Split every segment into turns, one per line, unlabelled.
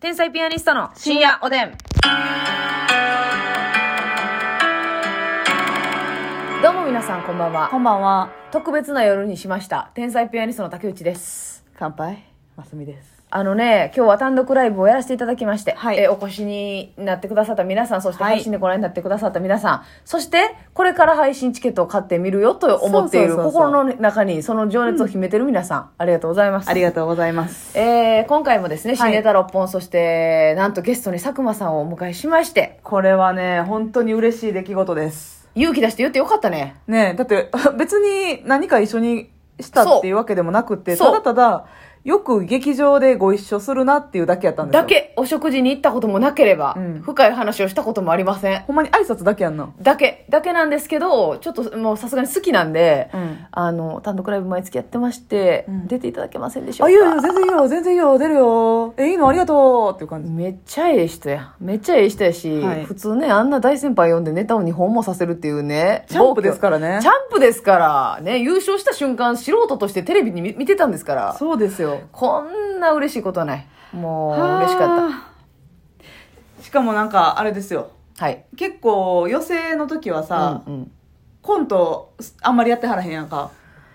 天才ピアニストの深夜おでん。どうも皆さん、こんばんは。
こんばんは。
特別な夜にしました。天才ピアニストの竹内です。
乾杯。ますみです。
あのね、今日は単独ライブをやらせていただきまして、
はい
えお越しになってくださった皆さん、そして
はい
配信でご覧になってくださった皆さん、そしてこれから配信チケットを買ってみるよと思っている
そうそうそうそう
心の中にその情熱を秘めてる皆さん、ありがとうございます。
ありがとうございます。
えー今回もですね、
はい
新ネタ6本、そして、なんとゲストに佐久間さんをお迎えしまして、
これはね、本当に嬉しい出来事です。
勇気出して言ってよかったね。
ねえだって 別に何か一緒にしたっていうわけでもなくて、
そう
ただただ、よく劇場でご一緒するなっていうだけやったんですよ。
だ。け、お食事に行ったこともなければ、
うん
深い話をしたこともありません。
ほんまに挨拶だけやんな。
だけ、だけなんですけど、ちょっともうさすがに好きなんで、
うん
あの、単独ライブ毎月やってまして、
うん
出ていただけませんでしょう
あ、
か
いいよいいよ、全然いいよ、全然いいよ、出るよ。え、いいのありがとうっていう感じ。
めっちゃええ人や。めっちゃええ人やし、
はい
普通ね、あんな大先輩呼んでネタを2本もさせるっていうね。
チャンプですから
ら
ね
チャ。ンプですから、ね、優勝した瞬間、素人としてテレビに見見てたんですから。
そうですよ。
こんな嬉しいことはない。もう嬉しかっ
った。しかもなんか、あれですよ。
た。はい。
結構、寄席の時はさ、
うんうん、
コントあんまりやってはらへんやんか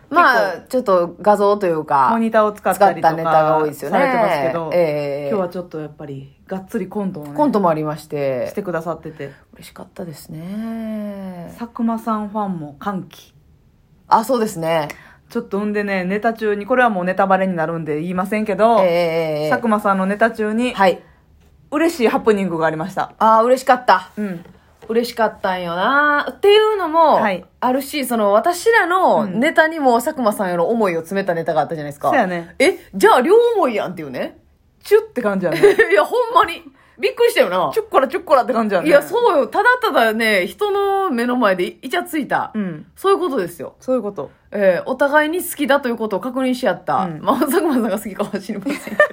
まあ、ちょっと画像という
モ
か、
ニターを使ったりと
使ったネタが多い
か
ですよ
さ
ね
れてますけど、
ええ
今日はちょっとやっぱりがっつりコントをね
コントもありまし、
しててくださってて
嬉しかったですね。
佐久間さんファンも歓喜
あ、そうですね。
ちょっとんでねネタ中にこれはもうネタバレになるんで言いませんけど、
ええ
佐久間さんのネタ中に
はい。
嬉しいハプニングがありました
ああ、嬉しかった。
うん
嬉しかったんよなっていうのも、
はい
あるし、その、私らのネタにも佐久間さんへの思いを詰めたネタがあったじゃないですか。
そうやね
え、じゃあ両思いやんっていうね。
チュッって感じやね
いや、ほんまに。びっくりしたよな。
チュッコラチュッコラって感じやね
いや、そうよ。ただただね、人の目の前でイチャついた。
うん
そういうことですよ。
そういうこと
えーお互いに好きだということを確認し合った。
うん
まあ、佐久間さんが好きかもしれませんけど。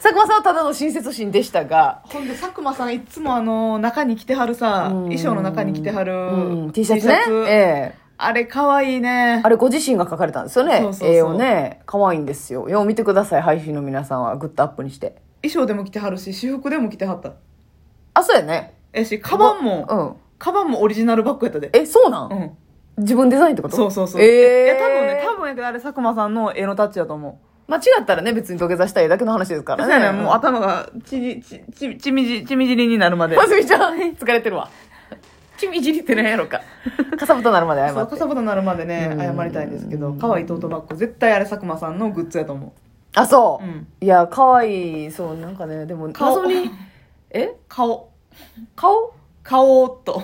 佐久間さんはただの親切心でしたが、
ほんで佐久間さんいつもあの中に着てはるさ
うん
衣装の中に着てはる、
うん、T シャツね。ええ
あれ可愛いね
あれご自身が書かれたんですよね。
そうそうそう
絵をね。可愛いんですよ。よう見てください、配信の皆さんは。グッとアップにして。
衣装でも着てはるし私服でも着てはった
あ、そうやね。
えしカバンも、
うん。
カバンもオリジナルバッグやったで
え、そうなん、
うん
自分デザインってこと
そうそうそう
え
い
え
や多分ね多分やけどあれ佐久間さんの絵のタッチやと思う
間違ったらね、別に土下座したいだけの話ですから
そう
ね。
やねもう頭がちじちちちみじちみじりになるまで
ますみちゃん、疲れてるわ。ちみじりってなんやろか。 かさぶたなるまで謝
そう
って
か。さぶたになるまでね
うん
謝りたいんですけど可愛いトートバッグ絶対あれ佐久間さんのグッズやと思
あ、そう。
うん
いや、可愛いそう、なんかね、でも、
顔
謎に、え
う顔
顔
顔っと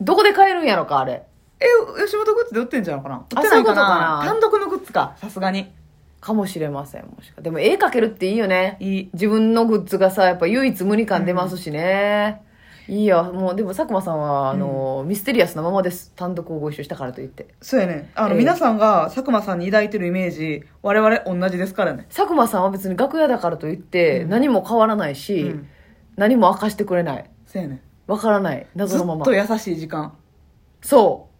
どこで買えるんやろか、あれ。
え吉本グッズで売ってんじゃんかな
あ
売ってないか
そういうことかな
な単独のグッズかさすがに
かもしれません、もしか。でも、絵描けるっていいよね。
いい
自分のグッズがさ、やっぱ唯一無二感出ますしね。いいや、もう、でも佐久間さんは、あの、ミステリアスなままです。単独をご一緒したからといって。
そうやねあの、
ええ
皆さんが佐久間さんに抱いてるイメージ我々同じですからね
佐久間さんは別に楽屋だからといって、
うん
何も変わらないし、
うん
何も明かしてくれない。
そうやね
わからない。謎
ず
のま
っ
ま
と。優しい時間
そう。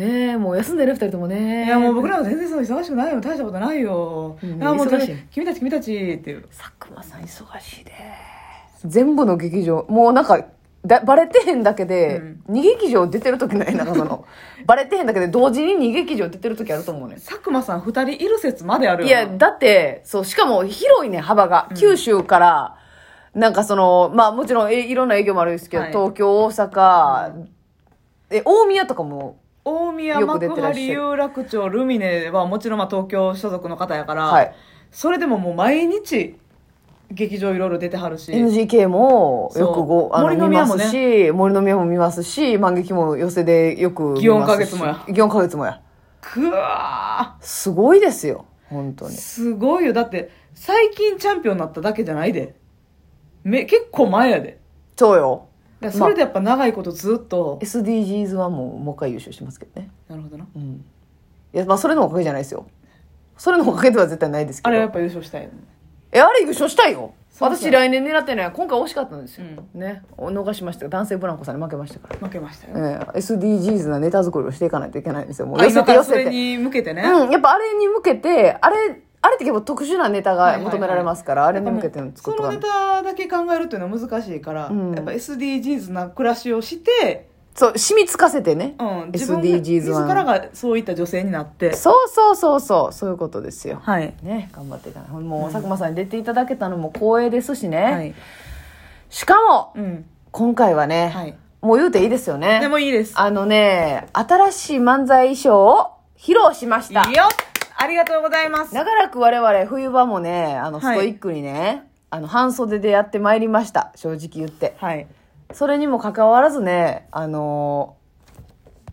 ねえ、もう休んでる二人ともね。
いやもう僕らは全然その忙しくないよ大したことないよ、
うん
あもう
忙しい
君たち君たちっていう
佐久間さん忙しいで。全部の劇場、もうなんか、だバレてへんだけで、
うん
二劇場出てる時ないなんかそ の、バレてへんだけで同時に二劇場出てる時あると思うねん。
佐久間さん2人いる説まである
い
よ
や、
な
だって、そう、しかも広いね、幅が。九州から、なんかその、まあもちろんえいろんな営業もあるんですけど、
はい
東京、大阪、え、大宮とかも、
大宮
よく出て
幕
らっしゃ
張
る
有楽町ルミネはもちろんまあ東京所属の方やから、
はい
それでももう毎日劇場いろいろ出てはるし
NGK もよくご
そう
あの
森の
見
宮
ます
もね
し、森の宮も見ますし、万劇も寄せでよく見ますし。
祇園花月もや
祇園花月もや。
くわ
すごいですよ、本当に
ー。すごいよだって最近チャンピオンになっただけじゃないでめ結構前やで
そうよ。
だからそれでやっぱ長いことずっと、
SDGs はもう、もう一回優勝してますけどね。
なるほどな
うん。いや、まあそれのおかげじゃないですよ。それのおかげでは絶対ないですけ
あ
ど。
れはやっぱ優勝したいよね
え、あれ優勝したいよ。
そうそう
私来年狙ってない。今回惜しかったんですよ。ね。お逃しましたが男性ブランコさんに負けましたから。
負けましたよ、
ええ SDGs なネタ作りをしていかないといけないんですよ。もう
あ
寄せ
今
て
か
寄
らそ
せ
れ
て。
に向けてね、
うん、やっぱあれに向けて、あれ、あれって結構特殊なネタ
はい
が
はいはい
求められますから、あれに向けて
やっ
の
ぱ
作っ
もうそ
と
の
か
ネ
ない
タだけ考えるっていうのは難しいから、
うん
やっぱ SDGs な暮らしをして、
そう染みつかせてね、
うん、自分
SDGs は
自らがそういった女性になって
そうそうそうそうそういうことですよ
はい、
ね頑張っていかないもう、
うん
佐久間さんに出ていただけたのも光栄ですしね、
はい
しかも
うん
今回はね、
はい、
もう言うていいですよね
でもいいです
あのね新しい漫才衣装を披露しまし
いい
た
よありがとうございます
長らく我々冬場もねあの
は
ス
い
トイックにね、あの半袖でやってまいりました正直言って
はい
それにもかかわらずねあのー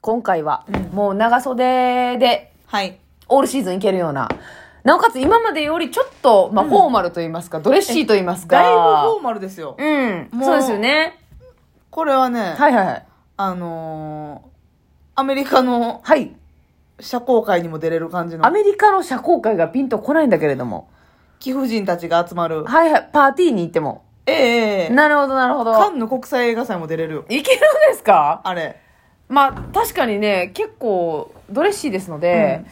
今回は
うん
もう長袖で
はい
オールシーズンいけるようななおかつ今までよりちょっと、まあ、
うん
フォーマルと言いますか、ドレッシーと言いますか
だいぶフォーマルですよ
うん
もう
そうですよね
これはね、
はいはいはい
あのーアメリカの
はい
社交界にも出れる感じの
アメリカの社交界がピンとこないんだけれども
貴婦人たちが集まる
はいはいパーティーに行っても
ええええ
なるほどなるほ
カ
ど
ンヌ国際映画祭も出れるよ
いけるんですか
あれ
まあ確かにね結構ドレッシーですので、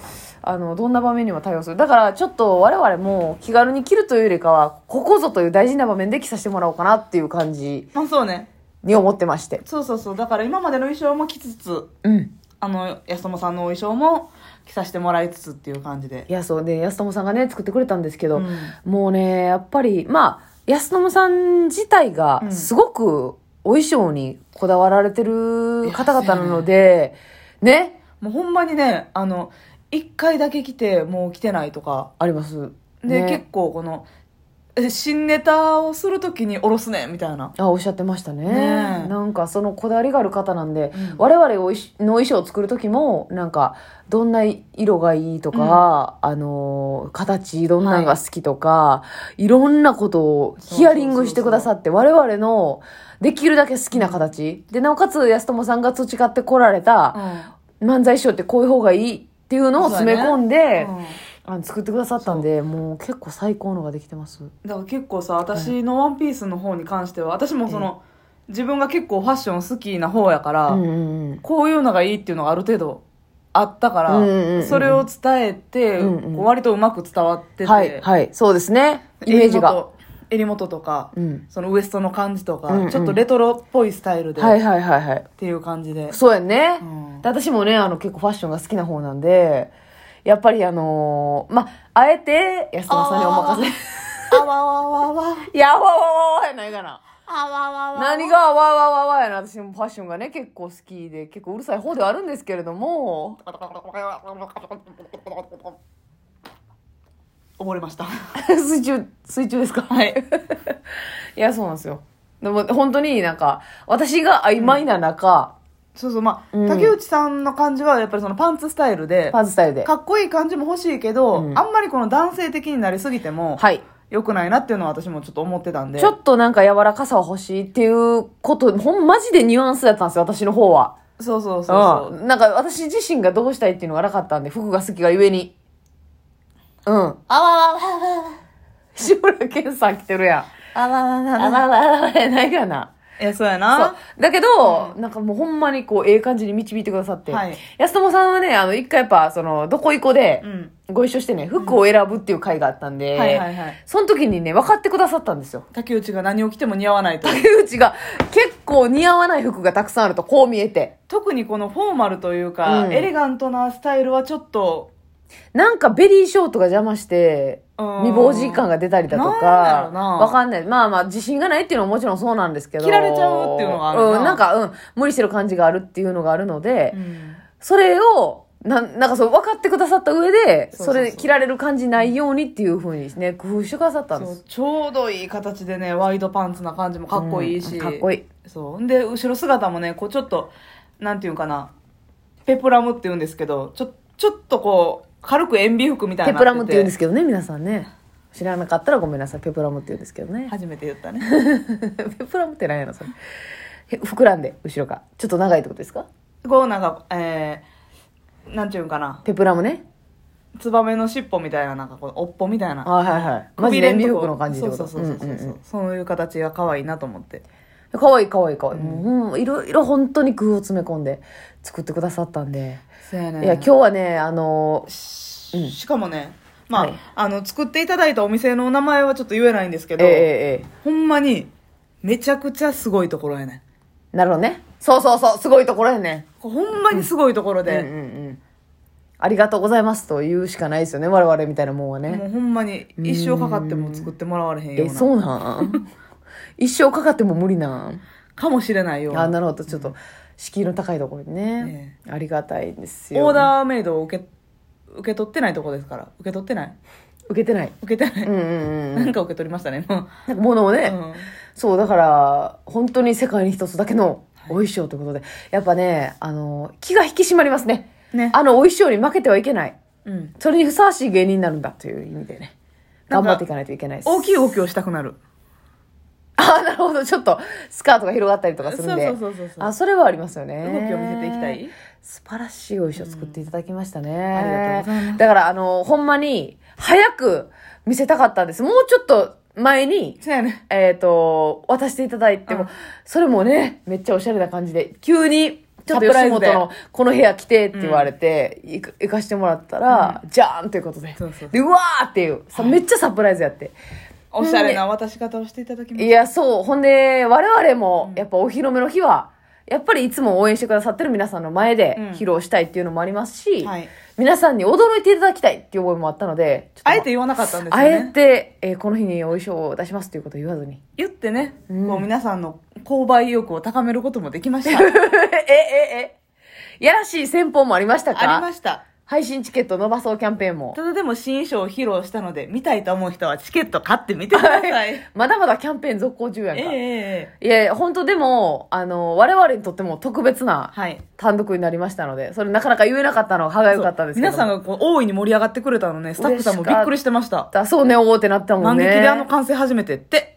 あのどんな場面にも対応するだからちょっと我々も気軽に着るというよりかはここぞという大事な場面で着させてもらおうかなっていう感じ
まあそうね
に思ってまして
そうそうそうだから今までの衣装も着つつ
うん
あの安友さんのお衣装も着させてもらいつつっていう感じで
いやそうで安友さんがね作ってくれたんですけど、
うん
もうねやっぱりまあ安友さん自体が
うん
すごくお衣装にこだわられてる方々なのでね
もうほんまにねあの一回だけ着てもう着てないとか
あります
で、
ね
結構このえ新ネタをするときにおろすねみたいな
あおっしゃってましたね
ねえ
なんかそのこだわりがある方なんで、
うん
我々おいしの衣装を作る時もなんかどんな色がいいとか、あのー形どんなのが好きとか、い、ろんなことをヒアリングしてくださって我々のできるだけ好きな形でなおかつ安友さんが培ってこられ
う
た
ん
漫才衣装ってこういう方がいいっていうのを詰め込んで、
うん
あの作ってくださったんでもう結構最高のができてます。
だから結構さ私の「ワンピースの方に関しては私もその自分が結構ファッション好きな方やから、
うんうんうん
こういうのがいいっていうのがある程度あったから、
うんうんうん
それを伝えて、
うんうん
こう割とうまく伝わってて、
はい、はい、そうですね。イメージが。
襟元襟元とか、
うん。
そのウエストの感じとか、
うんうん
ちょっとレトロっぽいスタイルで、
はい
っ
はいはいはい。
ていう感じで、
そうやんね。
うん
で私もね、あの、結構ファッションが好きな方なんで、やっぱりあのーま、あえて、安田さんにお任せ。
あわわわわ
いや、わわわわやないかな。
あわわわ
何がわわわわやな。私もファッションがね、結構好きで、結構うるさい方ではあるんですけれども、
溺れました
水中、水中ですか
はい
いや、そうなんですよ。でも、本当になんか、私が曖昧な中、
そうそうまあ、
うん
竹内さんの感じはやっぱりそのパンツスタイルで
パンツスタイルで。
かっこいい感じも欲しいけど、
うん
あんまりこの男性的になりすぎても、
はい。
良くないなっていうのは私もちょっと思ってたんで。
ちょっとなんか柔らかさは欲しいっていうこと、ほん、マジでニュアンスだったんですよ、私の方は。
そうそうそうそう。
ん。なんか私自身がどうしたいっていうのがなかったんで、服が好きがゆえに。うん。
あわわわわ
志村けんさん着てるやん。
あわわわ
あ
わ。
ららららないかな。
いや、そうや
そ
な。
う。だけど、なんかもうほんまにこう、ええ感じに導いてくださって。
はい
安友さんはね、あの、一回やっぱ、その、どこ行こで
う、ん。
ご一緒してね、服を選ぶっていう回があったんで、
はいはいはい。
その時にね、分かってくださったんですよ。
竹内が何を着ても似合わないと。
竹内が結構似合わない服がたくさんあると、こう見えて。
特にこのフォーマルというか、
うん
エレガントなスタイルはちょっと、
なんかベリーショートが邪魔して、
うん
未亡人感が出たりだと
なんや
か
ろ、な
わかんない。まあまあ、自信がないっていうのももちろんそうなんですけど。
切られちゃうっていうのがあるな
うん、なんか、うん、無理してる感じがあるっていうのがあるので、
うん
それを、なんなんかそう、分かってくださった上で、
そうそうそ
そうれ切られる感じないようにっていうふうにね、工夫してくださったんで
そ
す
う。ちょうどいい形でね、ワイドパンツな感じもかっこいいし。
うんかっこいい。
そう。で、後ろ姿もね、こうちょっと、なんていうんかな、ペプラムって言うんですけど、ちょ、ちょっとこう、軽く塩ビ服みたい
ペ
にな。
プラムって言うんですすけどね、皆さんね。知らなかったらごめんなさい。ペプラムって言うんですけどね。
初めて言ったね。
ペプラムって何やのそれ。え膨らんで、後ろが。ちょっと長いってことですか
こうなんか、えー、なんていうんかな、
ペプラムね。
ツバメの尻尾みたいな、なんかこの、おっぽみたいな。
あはいはい。マジで塩ビ服の感じってこと
そうそうそうそうそう,、
んんん
そういう形が可愛いなと思って。
かわいいかわいいかわいい。もうほんいろいろ本当に工夫を詰め込んで作ってくださったんで。
そうやね。
いや、今日はね、あの
ししかもね、まあ、
はい
あの、作っていただいたお店の名前はちょっと言えないんですけ
え
ど、
ええ
ほんまに、めちゃくちゃすごいところやねん。
えなるほどねそうそうそうすごいところやね
ほんまにすごいところ
うんうん
で、
うんありがとうございますと言うしかないですよね我々みたいなもんは
も
ね
うほんまに一生かかっても作ってもらわれへんよう
え
な。
そうなん 一生かかっても無理なん
かもしれないよう
あ
な。
なるほどちょっと敷居の高いところにね、ありがたいですよ
オーダーメイドを受け、受け取ってないところですから。受け取ってない
受けてない
受けてない、
うんうんうん
なんか受け取りましたね、今。
なんか 物をね、
うん
そうだから本当に世界に一つだけのお衣装ということで、やっぱねあの気が引き締まりますね
ね。
あのお衣装に負けてはいけない
うん。
それにふさわしい芸人になるんだという意味でね
なん
頑張
か
っていかないといけないです
大きい動きをしたくなる。
ああなるほどちょっとスカートが広がったりとかするんで
そうそうそうそう
あそれはありますよね
動きを見せていきたい
素晴らしいお衣装作っていただきましたね、
ありがとうございます
だからあのほんまに早く見せたかったんですもうちょっと前に
そうやね。
えっ、と、渡していただいても、
うん
それもね、めっちゃおしゃれな感じで、急に、ちょっと
サプラ
吉
イズ
本
で
のこの部屋来てって言われて、行か行かしてもらったら、じゃーんということで。
そうそう
で、うわーっていう、さめっちゃサプライズやって。
おしゃれな渡し方をしていただきま
い
し
や、そう。ほんで、我々も、やっぱお披露目の日は、やっぱりいつも応援してくださってる皆さんの前で
うん
披露したいっていうのもありますし、
た。はい。
皆さんに驚いていただきたいっていう思いもあったので、ちょっと
あえて言わなかったんですよ
あえ
ね。
て、えーこの日にお衣装を出しますということを言わずに。
言ってね、
うん
こう皆さんの購買意欲を高めることもできました。
え、え、え。やらしい戦法もありました
ありま
か
した。
配信チケット伸ばそうキャンペーンも
た。だでも新衣装を披露したので、見たいと思う人はチケット買ってみてください。
まだまだキャンペーン続行中やん
ええ
か。
ええ
いやいや、本当でも、あの、我々にとっても特別な
はい。
単独になりましたので、それなかなか言えなかったのが歯が良かったですけど。
皆さん
が。
がこう大いに盛り上がってくれたのね、スタッフさんもびっくりしてました。
そうね、おおってなったも
万
ん
劇
ね。
であの歓声初めてって。